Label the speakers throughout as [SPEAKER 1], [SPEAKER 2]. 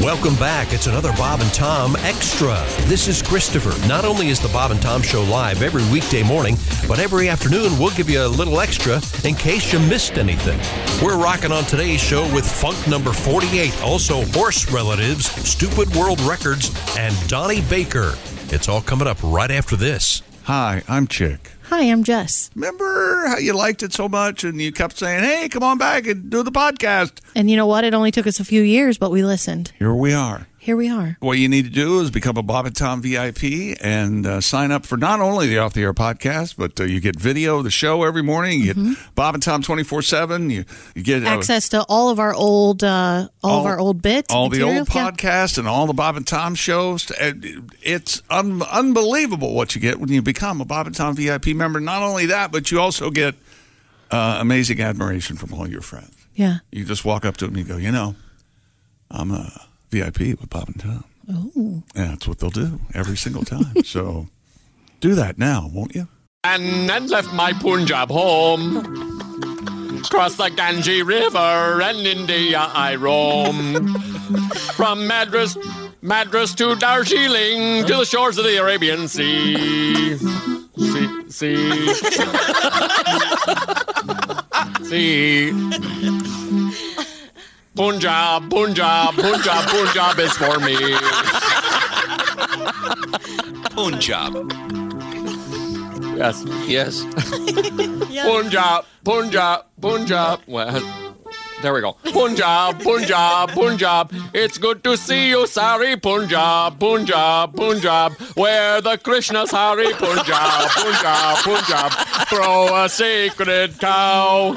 [SPEAKER 1] Welcome back. It's another Bob and Tom Extra. This is Christopher. Not only is the Bob and Tom Show live every weekday morning, but every afternoon we'll give you a little extra in case you missed anything. We're rocking on today's show with Funk number 48, also Horse Relatives, Stupid World Records, and Donnie Baker. It's all coming up right after this.
[SPEAKER 2] Hi, I'm Chick.
[SPEAKER 3] Hi, I'm Jess.
[SPEAKER 2] Remember how you liked it so much and you kept saying, hey, come on back and do the podcast?
[SPEAKER 3] And you know what? It only took us a few years, but we listened.
[SPEAKER 2] Here we are.
[SPEAKER 3] Here we are.
[SPEAKER 2] What you need to do is become a Bob and Tom VIP and uh, sign up for not only the Off the Air podcast, but uh, you get video of the show every morning. You get Bob and Tom 24 7. You you get uh,
[SPEAKER 3] Mm-hmm. Access to all of our old, uh, all, of our old bits,
[SPEAKER 2] all the
[SPEAKER 3] material.
[SPEAKER 2] old
[SPEAKER 3] Yeah.
[SPEAKER 2] podcasts, and all the Bob and Tom shows. And It's un- unbelievable what you get when you become a Bob and Tom VIP member. Not only that, but you also get uh, amazing admiration from all your friends.
[SPEAKER 3] Yeah.
[SPEAKER 2] You just walk up to them and you go, you know, I'm a VIP with Bob and Tom.
[SPEAKER 3] Oh.
[SPEAKER 2] And that's what they'll do every single time. so do that now, won't you?
[SPEAKER 4] and and left my Punjab home. Crossed the Ganges River and India I roam. From Madras, Madras to Darjeeling to the shores of the Arabian Sea. See, see. see. Punjab, Punjab, Punjab, Punjab is for me.
[SPEAKER 5] Punjab.
[SPEAKER 4] Yes. Yes. Punjab, Punjab, Punjab. Well, there we go. Punjab, Punjab, Punjab. It's good to see you, sorry, Punjab, Punjab, Punjab. Where the Krishna's Hari, Punjab, Punjab, Punjab. Throw a sacred cow.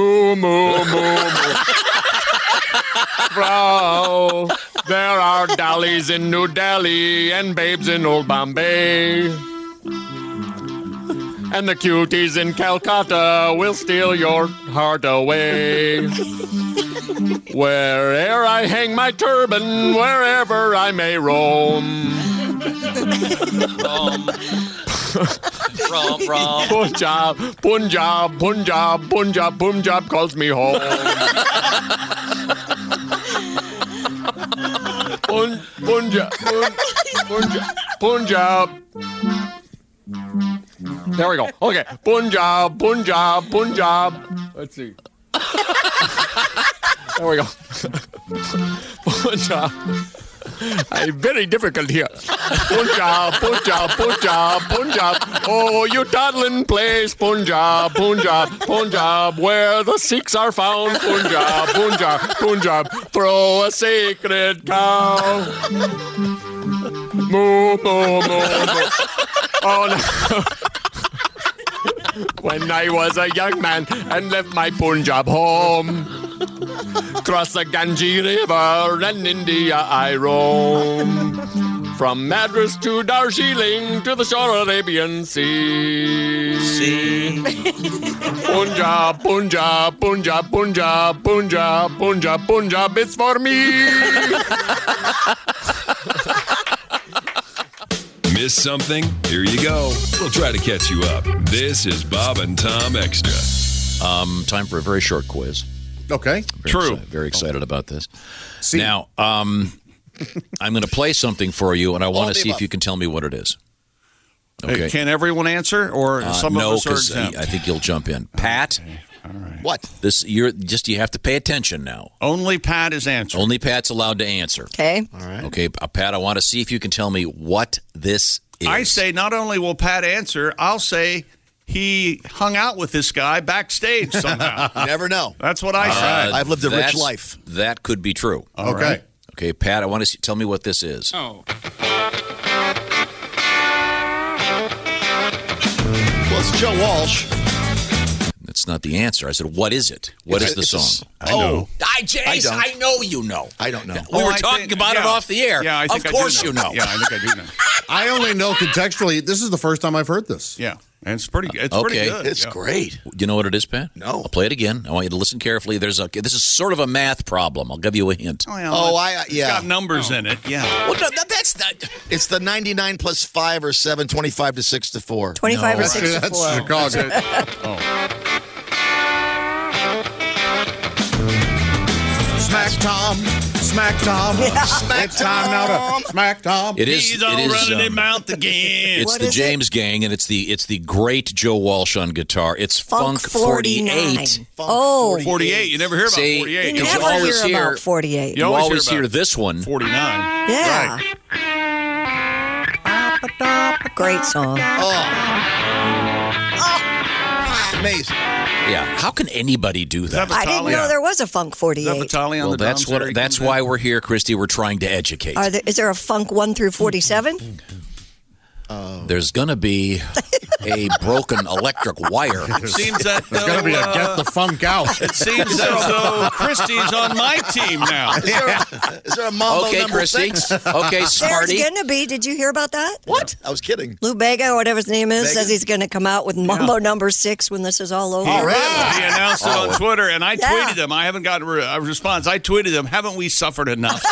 [SPEAKER 4] Moo, moo, moo, moo. Bro, there are dollies in New Delhi and babes in Old Bombay. And the cuties in Calcutta will steal your heart away. Where'er I hang my turban, wherever I may roam.
[SPEAKER 5] Rom, rom.
[SPEAKER 4] Punjab, Punjab, Punjab, Punjab, Punjab calls me home. Pun, Punjab, Pun, Punjab, Punjab. There we go. Okay, Punjab, Punjab, Punjab. Let's see. There we go. Punjab. I very difficult here. Punjab, Punjab, Punjab, Punjab. Oh, you toddling place, Punjab, Punjab, Punjab, where the Sikhs are found, Punjab, Punjab, Punjab. Throw a sacred cow. Moo, moo, moo, moo. Oh no. When I was a young man and left my Punjab home. Cross the Ganges River and India I roam. From Madras to Darjeeling to the shore of Arabian Sea.
[SPEAKER 5] See?
[SPEAKER 4] Punjab, Punjab, Punjab, Punjab, Punjab, Punjab, Punjab, it's for me.
[SPEAKER 6] Miss something? Here you go. We'll try to catch you up. This is Bob and Tom Extra.
[SPEAKER 5] Um, time for a very short quiz.
[SPEAKER 7] Okay.
[SPEAKER 5] Very
[SPEAKER 4] True.
[SPEAKER 5] exci- very excited about this. Now, um, I'm going to play something for you, and I want to see if you can tell me what it is.
[SPEAKER 2] Hey, Can everyone answer or
[SPEAKER 5] Uh,
[SPEAKER 2] some
[SPEAKER 5] no,
[SPEAKER 2] of us are
[SPEAKER 5] because
[SPEAKER 2] exempt?
[SPEAKER 5] I think you'll jump in. Pat,
[SPEAKER 7] What?
[SPEAKER 5] this you're just you have to pay attention now.
[SPEAKER 2] Only Pat is answering.
[SPEAKER 5] Only Pat's allowed to answer.
[SPEAKER 8] Okay.
[SPEAKER 5] Okay, uh, Pat, I want to see if you can tell me what this is.
[SPEAKER 2] I say not only will Pat answer, I'll say he hung out with this guy backstage somehow.
[SPEAKER 7] You never know.
[SPEAKER 2] That's what I say.
[SPEAKER 7] I've lived a rich
[SPEAKER 5] That's-
[SPEAKER 7] life.
[SPEAKER 5] That could be true.
[SPEAKER 7] Okay.
[SPEAKER 5] Okay, Pat, I want to see, tell me what this is.
[SPEAKER 7] Well, it's Joe Walsh.
[SPEAKER 5] That's not the answer. I said, what is it? What is
[SPEAKER 7] It's-
[SPEAKER 5] the
[SPEAKER 7] it's a s-
[SPEAKER 5] song?
[SPEAKER 7] I know.
[SPEAKER 5] I, Jace,
[SPEAKER 7] I don't.
[SPEAKER 5] know you know.
[SPEAKER 7] I don't know.
[SPEAKER 5] we
[SPEAKER 2] Oh,
[SPEAKER 5] were
[SPEAKER 2] I
[SPEAKER 5] talking
[SPEAKER 2] think-
[SPEAKER 5] about it
[SPEAKER 2] yeah.
[SPEAKER 5] off the air.
[SPEAKER 2] Yeah, I think
[SPEAKER 5] of
[SPEAKER 2] I do
[SPEAKER 5] course you know.
[SPEAKER 2] Yeah, I think I do know.
[SPEAKER 7] I only know contextually. This is the first time I've heard this.
[SPEAKER 2] Yeah, and it's pretty. It's
[SPEAKER 5] Okay.
[SPEAKER 2] pretty good.
[SPEAKER 7] It's
[SPEAKER 2] yeah.
[SPEAKER 7] great.
[SPEAKER 5] Do you know what it is, Pat?
[SPEAKER 7] No.
[SPEAKER 5] I'll play it again. I want you to listen carefully. There's a. This is sort of a math problem. I'll give you a hint.
[SPEAKER 2] Well,
[SPEAKER 7] Oh,
[SPEAKER 2] it's-
[SPEAKER 7] I-
[SPEAKER 2] it's
[SPEAKER 7] yeah.
[SPEAKER 2] got numbers in it. Yeah.
[SPEAKER 5] Well, no, no, that's not.
[SPEAKER 7] It's the 99 plus 5 or 7, 25 to 6 to Oh. 4.
[SPEAKER 8] 25 or
[SPEAKER 7] That's,
[SPEAKER 8] 64.
[SPEAKER 7] that's Chicago. Smack Tom.
[SPEAKER 8] Smack Tom.
[SPEAKER 7] Smack
[SPEAKER 8] it's time now
[SPEAKER 7] Tom.
[SPEAKER 8] to Smack Tom.
[SPEAKER 5] It is.
[SPEAKER 2] He's
[SPEAKER 5] it
[SPEAKER 2] all
[SPEAKER 5] is,
[SPEAKER 2] running
[SPEAKER 5] um,
[SPEAKER 2] his mouth again.
[SPEAKER 5] It's
[SPEAKER 9] What
[SPEAKER 5] the
[SPEAKER 9] is it?
[SPEAKER 5] James Gang, and it's the it's the great Joe Walsh on guitar. It's Funk, 48.
[SPEAKER 9] Oh,
[SPEAKER 2] 48. You never hear about
[SPEAKER 5] See,
[SPEAKER 2] 48.
[SPEAKER 9] you
[SPEAKER 5] It's
[SPEAKER 9] never
[SPEAKER 5] always
[SPEAKER 9] hear
[SPEAKER 5] here.
[SPEAKER 9] about 48.
[SPEAKER 2] You
[SPEAKER 5] You,
[SPEAKER 2] always
[SPEAKER 5] always
[SPEAKER 2] hear
[SPEAKER 5] hear
[SPEAKER 2] about
[SPEAKER 5] this one.
[SPEAKER 2] 49.
[SPEAKER 9] yeah.
[SPEAKER 2] Right.
[SPEAKER 9] Great song.
[SPEAKER 7] Amazing.
[SPEAKER 5] Yeah. How can anybody do that?
[SPEAKER 9] I didn't know there was a Funk
[SPEAKER 2] Is that
[SPEAKER 9] 48.
[SPEAKER 2] Vitale on
[SPEAKER 5] Well,
[SPEAKER 2] the
[SPEAKER 5] that's
[SPEAKER 2] drums there
[SPEAKER 5] what. That's
[SPEAKER 2] again?
[SPEAKER 5] why we're here, Christy. We're trying to educate.
[SPEAKER 9] Are there, is there a Funk 1 through 47?
[SPEAKER 5] There's gonna be a broken electric wire.
[SPEAKER 2] Seems that
[SPEAKER 8] There's going to be a get the funk out.
[SPEAKER 2] it seems that though Christie's on my team now.
[SPEAKER 7] Is there a mambo
[SPEAKER 5] okay,
[SPEAKER 7] number
[SPEAKER 5] Christy.
[SPEAKER 7] six?
[SPEAKER 5] Okay,
[SPEAKER 9] There's
[SPEAKER 5] Smarty.
[SPEAKER 9] going to be. Did you hear about that?
[SPEAKER 7] What? I was kidding.
[SPEAKER 9] Lou Bega, or whatever his name is,
[SPEAKER 7] Bega?
[SPEAKER 9] says he's going to come out with Mambo Number Six when this is all over.
[SPEAKER 2] He did. He announced it on Twitter, and I
[SPEAKER 9] Yeah.
[SPEAKER 2] tweeted him. I haven't gotten re- a response. I tweeted him, haven't we suffered enough?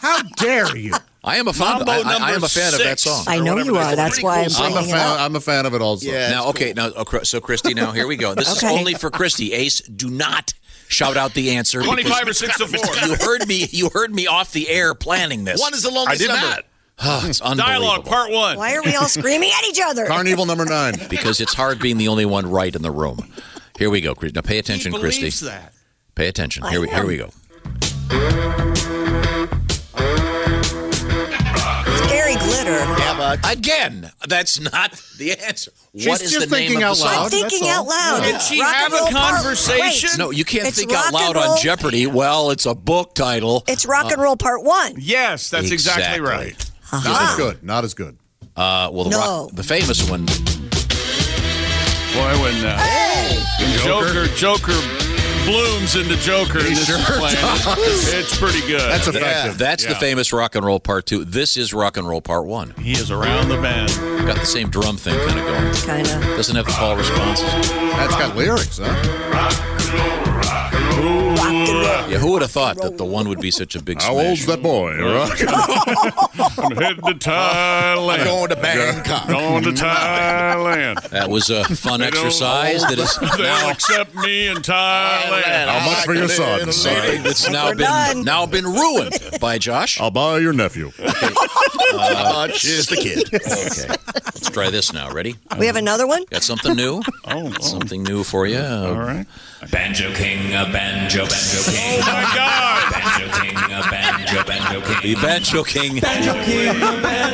[SPEAKER 8] How dare you?
[SPEAKER 5] I am a fan.
[SPEAKER 2] Mambo
[SPEAKER 5] I, I- I
[SPEAKER 2] number
[SPEAKER 5] am a fan of that
[SPEAKER 2] six.
[SPEAKER 5] song.
[SPEAKER 9] I know you are. That's why I'm
[SPEAKER 8] I'm a
[SPEAKER 9] bringing it
[SPEAKER 8] fan.
[SPEAKER 9] up.
[SPEAKER 8] I'm a fan of it also.
[SPEAKER 7] Yeah.
[SPEAKER 5] now, okay, now oh, Chris- so Christy, now here we go. This is
[SPEAKER 9] Okay.
[SPEAKER 5] only for Christy. Ace, do not shout out the answer. because
[SPEAKER 2] 25 or 6 to 4.
[SPEAKER 5] You heard me. You heard me off the air planning this.
[SPEAKER 7] One is the longest
[SPEAKER 2] I did
[SPEAKER 7] number.
[SPEAKER 2] not.
[SPEAKER 5] Oh, it's unbelievable.
[SPEAKER 2] Dialogue, part one.
[SPEAKER 9] Why are we all screaming at each other?
[SPEAKER 8] Carnival number nine.
[SPEAKER 5] because it's hard being the only one right in the room. Here we go, Chris. Now pay attention,
[SPEAKER 2] he believes
[SPEAKER 5] Christy.
[SPEAKER 2] that.
[SPEAKER 5] Pay attention. Here we here we go.
[SPEAKER 9] It's Gary Glitter.
[SPEAKER 7] Yeah, but
[SPEAKER 5] Again, that's not the answer. what is
[SPEAKER 8] just
[SPEAKER 5] the name
[SPEAKER 8] thinking
[SPEAKER 5] of
[SPEAKER 8] out
[SPEAKER 5] the
[SPEAKER 8] loud.
[SPEAKER 5] song?
[SPEAKER 9] I'm thinking
[SPEAKER 8] that's
[SPEAKER 9] out
[SPEAKER 8] all.
[SPEAKER 9] loud.
[SPEAKER 2] Did
[SPEAKER 9] It's
[SPEAKER 2] she
[SPEAKER 9] rock
[SPEAKER 2] have
[SPEAKER 9] and roll
[SPEAKER 2] a
[SPEAKER 9] par-
[SPEAKER 2] conversation?
[SPEAKER 9] Wait.
[SPEAKER 5] No, you can't
[SPEAKER 9] It's
[SPEAKER 5] think out
[SPEAKER 9] rock and
[SPEAKER 5] loud on
[SPEAKER 9] roll-
[SPEAKER 5] Jeopardy. Well, it's a book title.
[SPEAKER 9] It's Rock and Roll Part One.
[SPEAKER 2] Yes, that's exactly,
[SPEAKER 5] Exactly.
[SPEAKER 2] right.
[SPEAKER 8] Not as good. Not as good.
[SPEAKER 5] Uh, well, the,
[SPEAKER 9] No.
[SPEAKER 5] rock, the famous one.
[SPEAKER 2] Boy, when uh, Joker. Joker blooms into Joker in this play, it's pretty good.
[SPEAKER 8] That's effective.
[SPEAKER 5] That's the
[SPEAKER 2] Yeah.
[SPEAKER 5] famous rock and roll part two. This is rock and roll part one.
[SPEAKER 2] he is around the bend.
[SPEAKER 5] Got the same drum thing kind of going.
[SPEAKER 9] Kind of.
[SPEAKER 5] Doesn't have the call responses.
[SPEAKER 8] That's got lyrics, huh?
[SPEAKER 5] Yeah, who would have thought that the one would be such a big smash?
[SPEAKER 8] boy? Rock and
[SPEAKER 2] I'm heading to Thailand.
[SPEAKER 7] going to Bangkok.
[SPEAKER 2] Going to Thailand.
[SPEAKER 5] That was a fun
[SPEAKER 2] don't
[SPEAKER 5] exercise that is
[SPEAKER 2] They'll
[SPEAKER 5] now
[SPEAKER 2] accept me in Thailand.
[SPEAKER 8] How much for your son?
[SPEAKER 5] something that's now been
[SPEAKER 9] done.
[SPEAKER 5] now been ruined by Josh.
[SPEAKER 8] I'll buy your nephew. Uh,
[SPEAKER 7] How much is the kid?
[SPEAKER 5] Okay, let's try this now. Ready?
[SPEAKER 9] We have another one.
[SPEAKER 5] Got something new? Oh, something new for you.
[SPEAKER 2] All right.
[SPEAKER 10] Banjo King, a banjo, banjo king.
[SPEAKER 2] Oh, my God.
[SPEAKER 10] Banjo King, a banjo, banjo
[SPEAKER 5] The
[SPEAKER 10] king.
[SPEAKER 5] banjo king. Banjo king.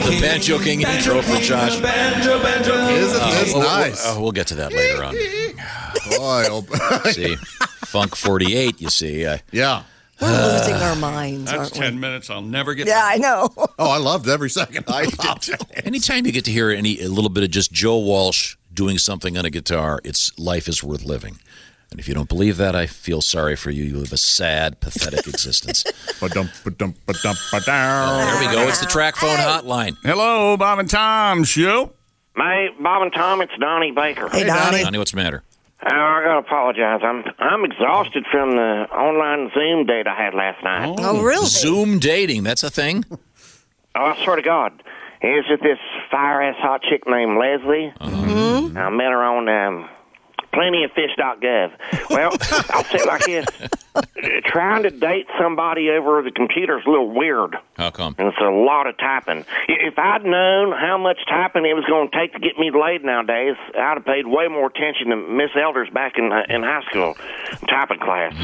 [SPEAKER 5] The banjo king intro for Josh.
[SPEAKER 8] Isn't this
[SPEAKER 5] Well, we'll-
[SPEAKER 8] nice?
[SPEAKER 5] uh, we'll get to that later on.
[SPEAKER 8] Boy, oh,
[SPEAKER 5] See, Funk 48. You see, uh, I,
[SPEAKER 8] yeah.
[SPEAKER 9] We're losing our minds,
[SPEAKER 2] That's
[SPEAKER 9] aren't we?
[SPEAKER 2] 10 minutes. I'll never get
[SPEAKER 9] Yeah, I know.
[SPEAKER 8] Oh, I loved every second. I
[SPEAKER 5] anytime you get to hear any a little bit of just Joe Walsh doing something on a guitar, it's life is worth living. And if you don't believe that, I feel sorry for you. You live a sad, pathetic existence.
[SPEAKER 8] Ba-dum, ba-dum, ba-dum, ba-dow.
[SPEAKER 5] There we go. It's the track phone hotline.
[SPEAKER 2] Hello, Bob and Tom show.
[SPEAKER 11] Mate, Bob and Tom, it's Donnie Baker.
[SPEAKER 9] Hey, Donnie.
[SPEAKER 5] Donnie, what's the matter?
[SPEAKER 11] Oh, I gotta apologize. I'm I'm exhausted from the online Zoom date I had last night. Oh,
[SPEAKER 9] Oh, really?
[SPEAKER 5] Zoom dating. That's a thing.
[SPEAKER 11] I swear to God, is it this fire ass hot chick named Leslie? Mm-hmm. I met her on um, plentyoffish.gov. Well, I'll say it like this: trying to date somebody over the computer is a little weird.
[SPEAKER 5] How come?
[SPEAKER 11] And it's a lot of typing. I- If I'd known how much typing it was going to take to get me laid nowadays, I'd have paid way more attention to Miss Elders back in in high school typing class.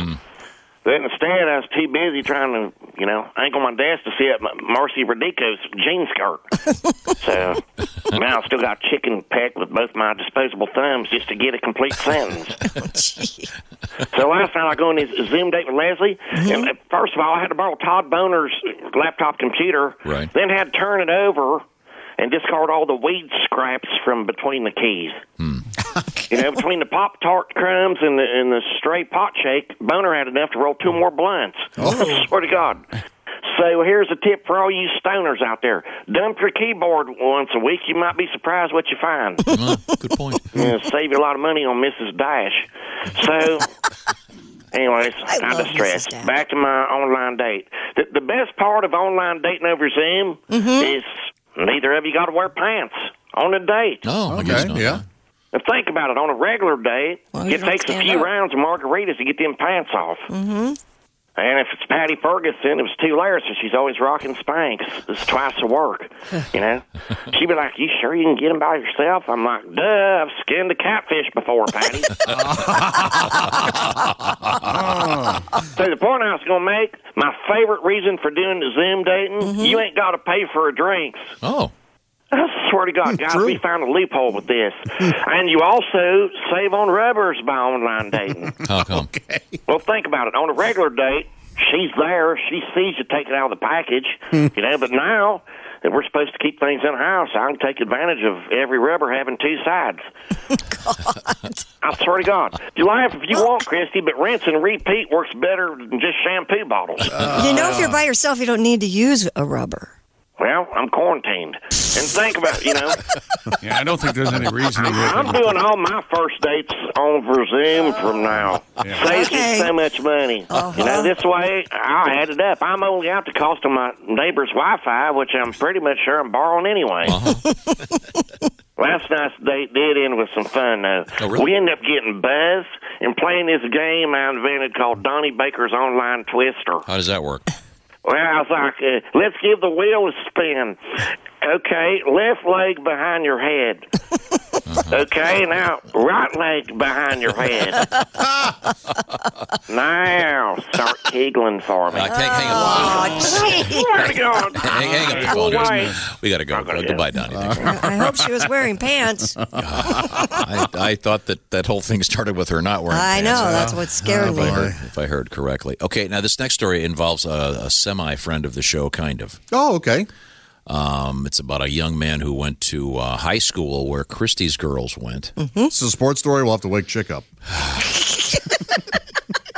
[SPEAKER 11] But instead, I was too busy trying to, you know, anchor my desk to see up M- Marcy Radico's jean skirt. so now I still got chicken pecked with both my disposable thumbs just to get a complete sentence. So last night I go on this Zoom date with Leslie, and uh, first of all, I had to borrow Todd Boner's laptop computer,
[SPEAKER 5] Right.
[SPEAKER 11] then had to turn it over and discard all the weed scraps from between the keys. you know, between the Pop Tart crumbs and the, and the stray pot shake, Boner had enough to roll two more blunts. swear to God. So here's a tip for all you stoners out there: dump your keyboard once a week. You might be surprised what you find.
[SPEAKER 5] Uh, good point.
[SPEAKER 11] Yeah, save you a lot of money on Mrs. Dash. So, anyways,
[SPEAKER 9] I
[SPEAKER 11] I
[SPEAKER 9] love
[SPEAKER 11] am distressed.
[SPEAKER 9] Mrs. Dash.
[SPEAKER 11] Back to my online date. The, the best part of online dating over Zoom
[SPEAKER 9] Mm-hmm.
[SPEAKER 11] is neither of you got to wear pants on a date.
[SPEAKER 5] Oh, No, I guess
[SPEAKER 8] Okay,
[SPEAKER 5] not.
[SPEAKER 8] yeah.
[SPEAKER 11] Now think about it. On a regular date,
[SPEAKER 9] Well, you
[SPEAKER 11] it
[SPEAKER 9] don't
[SPEAKER 11] takes a
[SPEAKER 9] stand
[SPEAKER 11] few
[SPEAKER 9] up.
[SPEAKER 11] rounds of margaritas to get them pants off. Mm-hmm. And if it's Patty Ferguson, it was two layers, and she's always rocking Spanx. It's twice the work, you know. She'd be like, "You sure you can get them by yourself?" I'm like, "Duh, I've skinned a catfish before, Patty." so the point I was gonna make, my favorite reason for doing the Zoom dating,
[SPEAKER 9] Mm-hmm.
[SPEAKER 11] you ain't got to pay for a drinks.
[SPEAKER 5] Oh.
[SPEAKER 11] I swear to God, guys, we found a loophole with this. and you also save on rubbers by online dating.
[SPEAKER 5] How come?
[SPEAKER 11] Well, think about it. On a regular date, she's there. She sees you take it out of the package, you know. But now that we're supposed to keep things in house, I can take advantage of every rubber having two sides. I swear to God, you laugh if you want, Christy, but rinse and repeat works better than just shampoo bottles.
[SPEAKER 9] you know, if you're by yourself, you don't need to use a rubber.
[SPEAKER 11] well, I'm quarantined, and think about it, you know.
[SPEAKER 2] Yeah, I don't think there's any reasoning.
[SPEAKER 11] I'm doing all my first dates on for Zoom from now. Saves me so much money. You know, this way I'll add it up. I'm only out the cost of my neighbor's Wi-Fi, which I'm pretty much sure I'm borrowing anyway. Last night's date did end with some fun, though. We ended up getting buzzed and playing this game I invented called Donnie Baker's Online Twister.
[SPEAKER 5] How does that work? Uh,
[SPEAKER 11] Well, I was like, uh, let's give the wheel a spin. Okay, left leg behind your head. Okay, now right leg behind your head. now start giggling for me.
[SPEAKER 5] I can't hang
[SPEAKER 9] Oh,
[SPEAKER 5] up.
[SPEAKER 11] Swear to God.
[SPEAKER 5] Hang, hang up the phone.
[SPEAKER 11] Wait.
[SPEAKER 5] We got to go. Goodbye, Donnie. Thanks.
[SPEAKER 9] I hope she was wearing pants.
[SPEAKER 5] I, I thought that that whole thing started with her not wearing
[SPEAKER 9] I
[SPEAKER 5] pants.
[SPEAKER 9] know. That's what scared
[SPEAKER 5] If I,
[SPEAKER 9] me.
[SPEAKER 5] heard, if I heard correctly. Okay, now this next story involves a, a semi friend of the show, kind of.
[SPEAKER 8] Oh, okay.
[SPEAKER 5] Um, it's about a young man who went to uh, high school where Christie's girls went.
[SPEAKER 9] Hmm.
[SPEAKER 8] This is a sports story. We'll have to wake Chick up.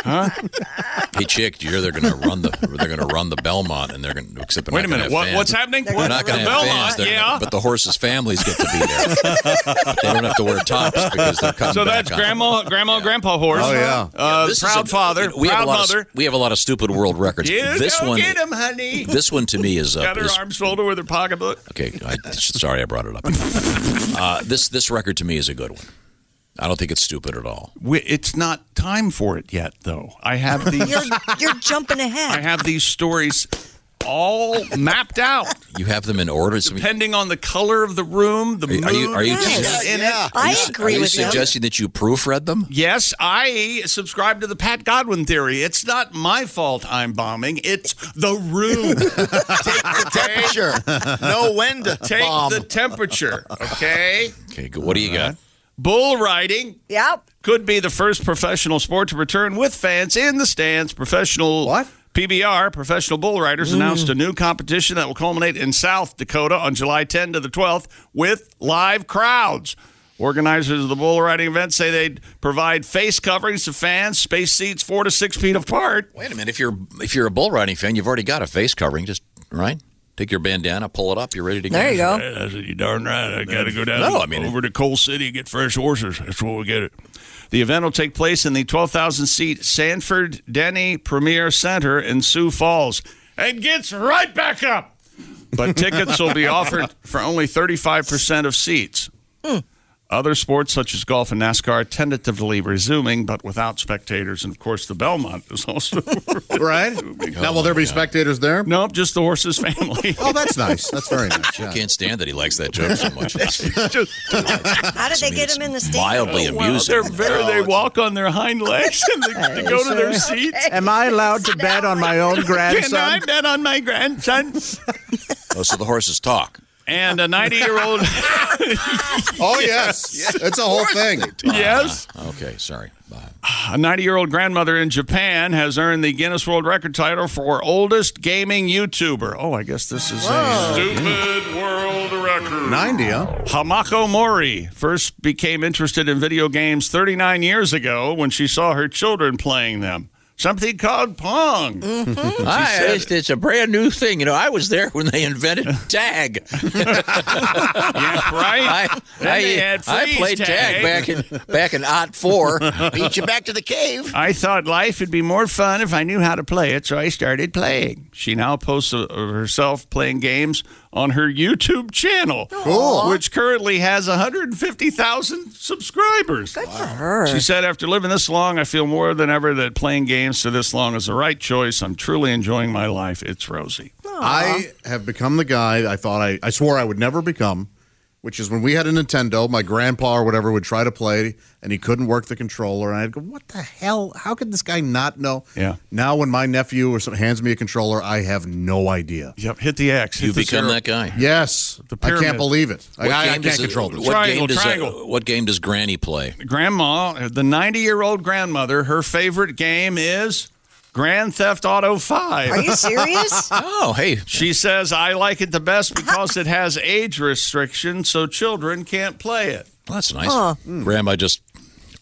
[SPEAKER 5] Hey, chick, you hear they're going to run the they're going to run the Belmont, and they're going to except they're
[SPEAKER 2] Wait
[SPEAKER 5] not
[SPEAKER 2] a
[SPEAKER 5] gonna
[SPEAKER 2] minute.
[SPEAKER 5] have
[SPEAKER 2] What,
[SPEAKER 5] fans.
[SPEAKER 2] what's happening?
[SPEAKER 5] They're not going to have fans.
[SPEAKER 2] Belmont.
[SPEAKER 5] They're
[SPEAKER 2] yeah.
[SPEAKER 5] gonna- but the horses' families get to be there. But they don't have to wear tops because they're coming
[SPEAKER 2] so
[SPEAKER 5] back
[SPEAKER 2] that's
[SPEAKER 5] on.
[SPEAKER 2] grandma, grandma, grandpa horse.
[SPEAKER 8] Oh, yeah.
[SPEAKER 2] Uh,
[SPEAKER 5] This is
[SPEAKER 2] proud
[SPEAKER 5] a-
[SPEAKER 2] father,
[SPEAKER 5] We have
[SPEAKER 2] proud
[SPEAKER 5] a lot
[SPEAKER 2] mother.
[SPEAKER 5] Of, we have a lot of stupid world records.
[SPEAKER 2] You
[SPEAKER 5] this
[SPEAKER 2] go
[SPEAKER 5] one,
[SPEAKER 2] get him, honey.
[SPEAKER 5] this one to me is, uh,
[SPEAKER 2] Got her
[SPEAKER 5] is
[SPEAKER 2] arm shoulder with her pocketbook.
[SPEAKER 5] Okay, I, sorry I brought it up. Uh, this this record to me is a good one. I don't think it's stupid at all.
[SPEAKER 2] We, it's not time for it yet, though. I have these.
[SPEAKER 9] You're, you're jumping
[SPEAKER 2] I
[SPEAKER 9] ahead.
[SPEAKER 2] have these stories all mapped out,
[SPEAKER 5] You have them in order. So I mean,
[SPEAKER 2] depending on the color of the room, the
[SPEAKER 5] Are you-
[SPEAKER 2] mood.
[SPEAKER 5] are you- are you-
[SPEAKER 2] that's
[SPEAKER 9] Yes.
[SPEAKER 2] in it.
[SPEAKER 9] I
[SPEAKER 5] are
[SPEAKER 9] agree
[SPEAKER 5] you
[SPEAKER 9] with him.
[SPEAKER 5] suggesting that you proofread them?
[SPEAKER 2] Yes, I subscribe to the Pat Godwin theory. It's not my fault I'm bombing. It's the room.
[SPEAKER 7] Temperature. know when to
[SPEAKER 2] Take
[SPEAKER 7] bomb.
[SPEAKER 2] the temperature, okay?
[SPEAKER 5] Okay, good. what do you got?
[SPEAKER 2] Bull riding
[SPEAKER 9] Yep.
[SPEAKER 2] could be the first professional sport to return with fans in the stands. Professional
[SPEAKER 8] What?
[SPEAKER 2] PBR, Professional Bull Riders, announced a new competition that will culminate in South Dakota on July 10 to the 12th with live crowds. Organizers of the bull riding event say they'd provide face coverings to fans, space seats four to six feet apart.
[SPEAKER 5] Wait a minute. If you're if you're a bull riding fan, you've already got a face covering. Just right, take your bandana, pull it up. You're ready to go.
[SPEAKER 9] There you go.
[SPEAKER 2] Yeah, I said, you darn right. I got to go down
[SPEAKER 5] No, I mean-
[SPEAKER 2] over to Coal City and get fresh horses. That's where we get it. The event will take place in the 12,000 seat Sanford Denny Premier Center in Sioux Falls and gets right back up. But tickets will be offered for only 35% of seats. Other sports such as golf and NASCAR are tentatively resuming, but without spectators. And of course, the Belmont is also.
[SPEAKER 8] Right? now, will there be spectators there?
[SPEAKER 2] nope, just the horse's family.
[SPEAKER 8] Oh, that's nice. That's very nice. Yeah.
[SPEAKER 5] Can't stand that he likes that joke so much. It's
[SPEAKER 9] How did they get him in the stand?
[SPEAKER 5] mildly amusing. Oh,
[SPEAKER 2] They're very, they walk on their hind legs and they, they go to their seats.
[SPEAKER 12] Am I allowed to bet on my own
[SPEAKER 2] Can I
[SPEAKER 12] grandson?
[SPEAKER 2] bet on my grandson?
[SPEAKER 5] Oh, so the horses talk.
[SPEAKER 2] And a 90 year old,
[SPEAKER 8] Oh, yes. It's a whole thing.
[SPEAKER 2] yes,
[SPEAKER 5] Uh-huh. Okay, sorry. Bye.
[SPEAKER 2] a 90 year old grandmother in Japan has earned the Guinness World Record title for oldest gaming YouTuber. Oh, I guess this is a stupid world record.
[SPEAKER 8] 90, huh?
[SPEAKER 2] Hamako Mori first became interested in video games 39 years ago when she saw her children playing them. Something called Pong.
[SPEAKER 5] I, it's, it's a brand new thing. You know, I was there when they invented tag.
[SPEAKER 2] Yeah, right?
[SPEAKER 5] I,
[SPEAKER 2] Then they
[SPEAKER 5] I,
[SPEAKER 2] had
[SPEAKER 5] I
[SPEAKER 2] freeze
[SPEAKER 5] played tag.
[SPEAKER 2] tag.
[SPEAKER 5] back in back in '04. four.
[SPEAKER 7] Beat you back to the cave.
[SPEAKER 2] I thought life would be more fun if I knew how to play it, so I started playing. She now posts uh, herself playing games on her YouTube channel, which currently has 150,000 subscribers.
[SPEAKER 9] Good for her.
[SPEAKER 2] She said, after living this long, I feel more than ever that playing games names to this long is the right choice. I'm truly enjoying my life. It's Rosie.
[SPEAKER 8] I have become the guy I thought I, I swore I would never become, which is when we had a Nintendo, my grandpa or whatever would try to play and he couldn't work the controller. And I'd go, what the hell? How could this guy not know?
[SPEAKER 2] Yeah.
[SPEAKER 8] Now, when my nephew or some hands me a controller, I have no idea.
[SPEAKER 2] Yep, hit the X.
[SPEAKER 5] You become that guy.
[SPEAKER 8] Yes. I
[SPEAKER 2] pyramid.
[SPEAKER 8] can't believe it. I,
[SPEAKER 5] What
[SPEAKER 8] I, I
[SPEAKER 5] game
[SPEAKER 8] can't
[SPEAKER 5] does it-
[SPEAKER 8] control this.
[SPEAKER 5] What
[SPEAKER 2] Triangle,
[SPEAKER 5] game does uh,
[SPEAKER 2] triangle.
[SPEAKER 5] what game does Granny play?
[SPEAKER 2] Grandma, the 90 year old grandmother, her favorite game is Grand Theft Auto 5.
[SPEAKER 9] Are you serious?
[SPEAKER 5] Oh, hey,
[SPEAKER 2] She says, I like it the best because it has age restriction, so children can't play it.
[SPEAKER 5] well, that's nice.
[SPEAKER 9] Huh.
[SPEAKER 5] Grandma just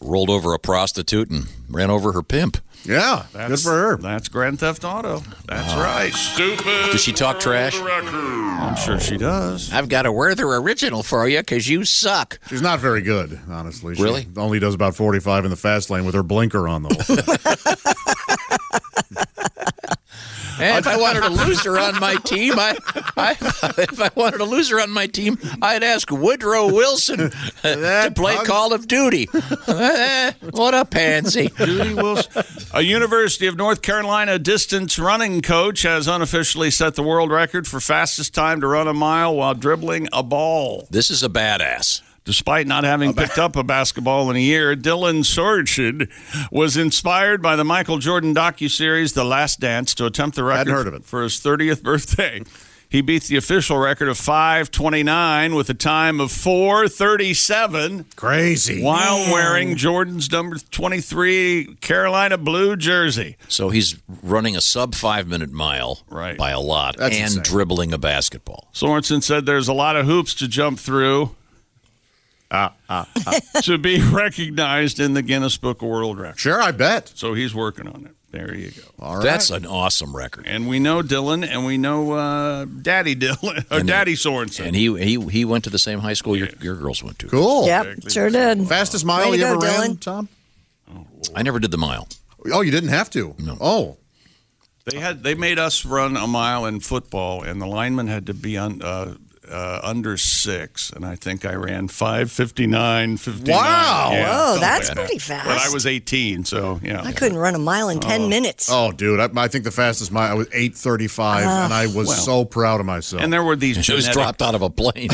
[SPEAKER 5] rolled over a prostitute and ran over her pimp.
[SPEAKER 8] Yeah.
[SPEAKER 2] That's,
[SPEAKER 8] good for her.
[SPEAKER 2] That's Grand Theft Auto. That's
[SPEAKER 9] Ah.
[SPEAKER 2] right.
[SPEAKER 6] Stupid.
[SPEAKER 5] Does she talk trash?
[SPEAKER 2] I'm sure she does.
[SPEAKER 5] I've got a Werther original for you because you suck.
[SPEAKER 8] She's not very good, honestly. She
[SPEAKER 5] Really?
[SPEAKER 8] only does about 45 in the fast lane with her blinker on the whole time.
[SPEAKER 5] And if I wanted a loser on my team, I, I if I wanted a loser on my team, I'd ask Woodrow Wilson uh, to play Call of Duty. Eh, what a pansy!
[SPEAKER 2] Judy Wilson. A University of North Carolina distance running coach has unofficially set the world record for fastest time to run a mile while dribbling a ball.
[SPEAKER 5] This is a badass.
[SPEAKER 2] Despite not having picked up a basketball in a year, Dylan Sorchin was inspired by the Michael Jordan docuseries The Last Dance to attempt the record
[SPEAKER 8] Hadn't heard of it.
[SPEAKER 2] for his 30th birthday. He beat the official record of 5:29 with a time of 4:37
[SPEAKER 8] Crazy.
[SPEAKER 2] while wearing Jordan's number 23 Carolina blue jersey.
[SPEAKER 5] So he's running a sub five minute mile
[SPEAKER 2] Right.
[SPEAKER 5] by a lot
[SPEAKER 8] That's
[SPEAKER 5] and
[SPEAKER 8] insane.
[SPEAKER 5] dribbling a basketball.
[SPEAKER 2] Sorensen said there's a lot of hoops to jump through. ah, to be recognized in the Guinness Book of World Records.
[SPEAKER 8] Sure, I bet.
[SPEAKER 2] So he's working on it. There you go.
[SPEAKER 8] All right.
[SPEAKER 5] That's an awesome record.
[SPEAKER 2] And we know Dylan, and we know uh, Daddy Dylan or
[SPEAKER 5] And-
[SPEAKER 2] Daddy Sorensen.
[SPEAKER 5] And he he he went to the same high school your, your girls went to.
[SPEAKER 8] cool.
[SPEAKER 9] Yep, sure did.
[SPEAKER 8] Fastest mile
[SPEAKER 9] Way
[SPEAKER 8] you
[SPEAKER 9] to
[SPEAKER 8] ever
[SPEAKER 9] go,
[SPEAKER 8] ran,
[SPEAKER 9] Dylan.
[SPEAKER 8] Tom?
[SPEAKER 5] I never did the mile.
[SPEAKER 8] Oh, you didn't have to. No. Oh,
[SPEAKER 2] They had they made us run a mile in football, and the lineman had to be on. Uh, uh, under six, and I think I ran five fifty nine fifty nine.
[SPEAKER 8] Wow.
[SPEAKER 9] Whoa, that's pretty
[SPEAKER 2] But I
[SPEAKER 9] fast.
[SPEAKER 2] was eighteen, so yeah.
[SPEAKER 9] I couldn't run a mile in 10 minutes.
[SPEAKER 8] oh, dude! I, I think the fastest mile I was eight thirty-five, and I was so proud of myself.
[SPEAKER 2] And there were these
[SPEAKER 5] She was
[SPEAKER 2] genetic,
[SPEAKER 5] dropped out of a plane.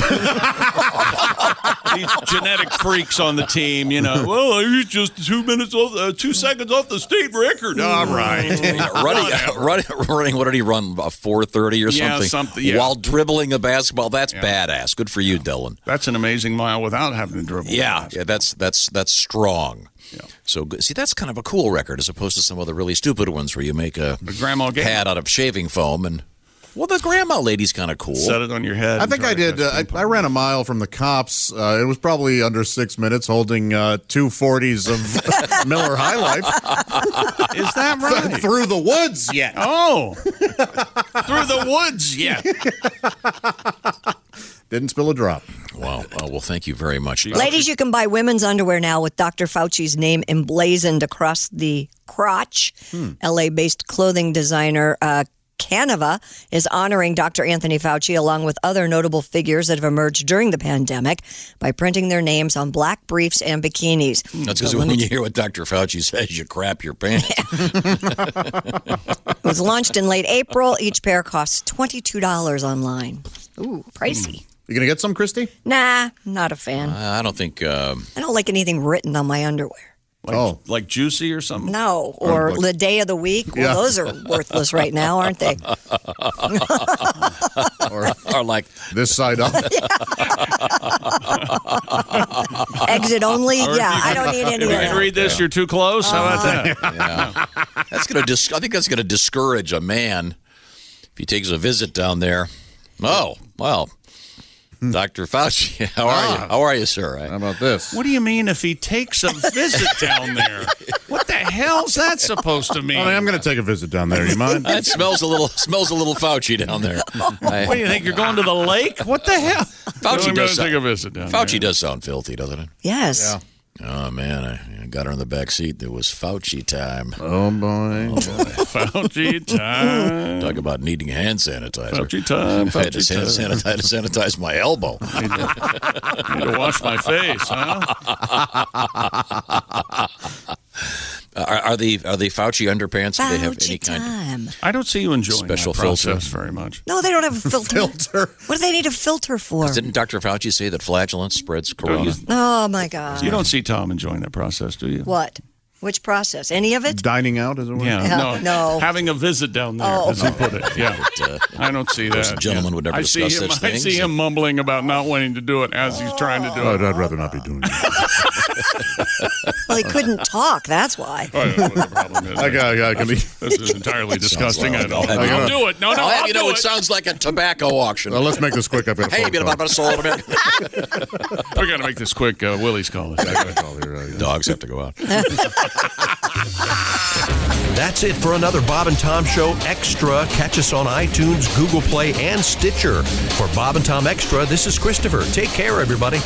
[SPEAKER 2] these genetic freaks on the team. You know, well, I was just two minutes off, uh, two seconds off the state record. All right.
[SPEAKER 5] running, running, running. What did he run? A four thirty or
[SPEAKER 2] Yeah,
[SPEAKER 5] something?
[SPEAKER 2] something, yeah.
[SPEAKER 5] While dribbling a basketball. That's badass. Good for you, Dylan.
[SPEAKER 2] That's an amazing mile without having to dribble.
[SPEAKER 5] Yeah, yeah. That's that's that's strong.
[SPEAKER 2] Yeah.
[SPEAKER 5] So good. see, that's kind of a cool record as opposed to some of the really stupid ones where you make a
[SPEAKER 2] grandma game.
[SPEAKER 5] pad out of shaving foam and. Well, the grandma lady's kind of cool.
[SPEAKER 2] Set it on your head.
[SPEAKER 8] I
[SPEAKER 2] and
[SPEAKER 8] think
[SPEAKER 2] try
[SPEAKER 8] I
[SPEAKER 2] to
[SPEAKER 8] did.
[SPEAKER 2] catch
[SPEAKER 8] Uh, I, I ran a mile from the cops. Uh, it was probably under six minutes, holding uh, two forties of Miller High Life
[SPEAKER 2] them. Is that right?
[SPEAKER 8] through the woods. Yet
[SPEAKER 2] oh, through the woods. Yeah.
[SPEAKER 8] didn't spill a drop.
[SPEAKER 5] Wow. Oh, well, thank you very much.
[SPEAKER 9] Ladies, you can buy women's underwear now with Dr. Fauci's name emblazoned across the crotch. LA based clothing designer uh, Canova is honoring Dr. Anthony Fauci along with other notable figures that have emerged during the pandemic by printing their names on black briefs and bikinis.
[SPEAKER 5] That's because when you hear what Dr. Fauci says, you crap your pants.
[SPEAKER 9] It was launched in late April. Each pair costs $22 online. Ooh, pricey.
[SPEAKER 8] You gonna get some, Christy?
[SPEAKER 9] Nah, not a fan.
[SPEAKER 5] I don't think.
[SPEAKER 10] uh,
[SPEAKER 5] Um,
[SPEAKER 9] I don't like anything written on my underwear.
[SPEAKER 2] Like,
[SPEAKER 8] Oh.
[SPEAKER 2] like juicy or something.
[SPEAKER 9] No, or the day of the week. Well,
[SPEAKER 8] Yeah.
[SPEAKER 9] those are worthless right now, aren't they?
[SPEAKER 8] Or
[SPEAKER 5] or like
[SPEAKER 8] this side up?
[SPEAKER 9] Exit only.
[SPEAKER 2] Or if
[SPEAKER 9] yeah,
[SPEAKER 2] you
[SPEAKER 9] I don't need
[SPEAKER 2] If
[SPEAKER 9] any of
[SPEAKER 2] you can
[SPEAKER 9] that.
[SPEAKER 2] read this, you're too close. How about that?
[SPEAKER 5] that's gonna. Dis- I think that's gonna discourage a man if he takes a visit down there. Oh well, Dr. Fauci, how are
[SPEAKER 2] Ah.
[SPEAKER 5] you? How are you, sir?
[SPEAKER 8] How
[SPEAKER 5] I,
[SPEAKER 8] about this?
[SPEAKER 2] What do you mean if he takes a visit down there? What the hell's that supposed to mean?
[SPEAKER 8] I mean, I'm gonna take a visit down there. You mind?
[SPEAKER 5] it smells a little smells a little Fauci down there. I-
[SPEAKER 2] what do you think? You're going to the lake? What the hell?
[SPEAKER 5] Fauci
[SPEAKER 2] I'm
[SPEAKER 5] does
[SPEAKER 2] gonna take
[SPEAKER 5] so-
[SPEAKER 2] a visit down
[SPEAKER 5] Fauci
[SPEAKER 2] there.
[SPEAKER 5] does sound filthy, doesn't it?
[SPEAKER 9] Yes.
[SPEAKER 5] Oh man, I, I got her in the back seat. There was Fauci time.
[SPEAKER 8] Oh boy.
[SPEAKER 2] Fauci time.
[SPEAKER 5] Talk about needing hand sanitizer.
[SPEAKER 2] Fauci time.
[SPEAKER 5] I had to
[SPEAKER 2] Fauci
[SPEAKER 5] san-
[SPEAKER 2] time.
[SPEAKER 5] sanitize, had to sanitize my elbow.
[SPEAKER 2] Need to wash my face, huh?
[SPEAKER 5] Uh, are, are the are the Fauci underpants? do they have any
[SPEAKER 11] Fauci
[SPEAKER 5] kind?
[SPEAKER 11] time.
[SPEAKER 5] I don't see you enjoying special
[SPEAKER 2] that
[SPEAKER 5] filter
[SPEAKER 2] process very much.
[SPEAKER 11] No, they don't have a filter. What do they need a filter for?
[SPEAKER 5] Didn't Dr. Fauci say that flatulence spreads corona?
[SPEAKER 11] Oh my God!
[SPEAKER 2] You don't see Tom enjoying that process, do you?
[SPEAKER 11] What? Which process? Any of it?
[SPEAKER 2] Dining out, as it were. Yeah,
[SPEAKER 11] Yeah,
[SPEAKER 2] no,
[SPEAKER 11] no.
[SPEAKER 2] Having a visit down there,
[SPEAKER 11] Oh.
[SPEAKER 2] as he put it. Yeah,
[SPEAKER 5] uh,
[SPEAKER 2] I don't see
[SPEAKER 5] course,
[SPEAKER 2] that.
[SPEAKER 5] a gentleman
[SPEAKER 2] Yeah.
[SPEAKER 5] would never
[SPEAKER 2] I see
[SPEAKER 5] discuss
[SPEAKER 2] him,
[SPEAKER 5] such
[SPEAKER 2] I
[SPEAKER 5] things.
[SPEAKER 2] see him mumbling about not wanting to do it as he's trying to do
[SPEAKER 8] Oh,
[SPEAKER 2] it.
[SPEAKER 13] I'd rather not be doing it.
[SPEAKER 11] Well, he couldn't talk. That's why.
[SPEAKER 2] I don't know what Oh, the problem is.
[SPEAKER 8] I got- I got- can be-
[SPEAKER 2] This is entirely disgusting. I don't.
[SPEAKER 8] I
[SPEAKER 2] I'll
[SPEAKER 8] know.
[SPEAKER 2] do it. Oh, No, no,
[SPEAKER 5] I'll have
[SPEAKER 2] I'll
[SPEAKER 5] you know
[SPEAKER 2] do
[SPEAKER 5] it. sounds like a tobacco auction.
[SPEAKER 8] Well, let's make this quick. I've got a
[SPEAKER 5] hey,
[SPEAKER 8] phone
[SPEAKER 5] bit
[SPEAKER 8] call.
[SPEAKER 5] about a soul, a bit.
[SPEAKER 2] We got to make this quick. Uh, Willie's calling.
[SPEAKER 5] Dogs have to go out.
[SPEAKER 1] That's it for another Bob and Tom Show Extra. Catch us on iTunes, Google Play, and Stitcher. For Bob and Tom Extra, this is Christopher. Take care, everybody.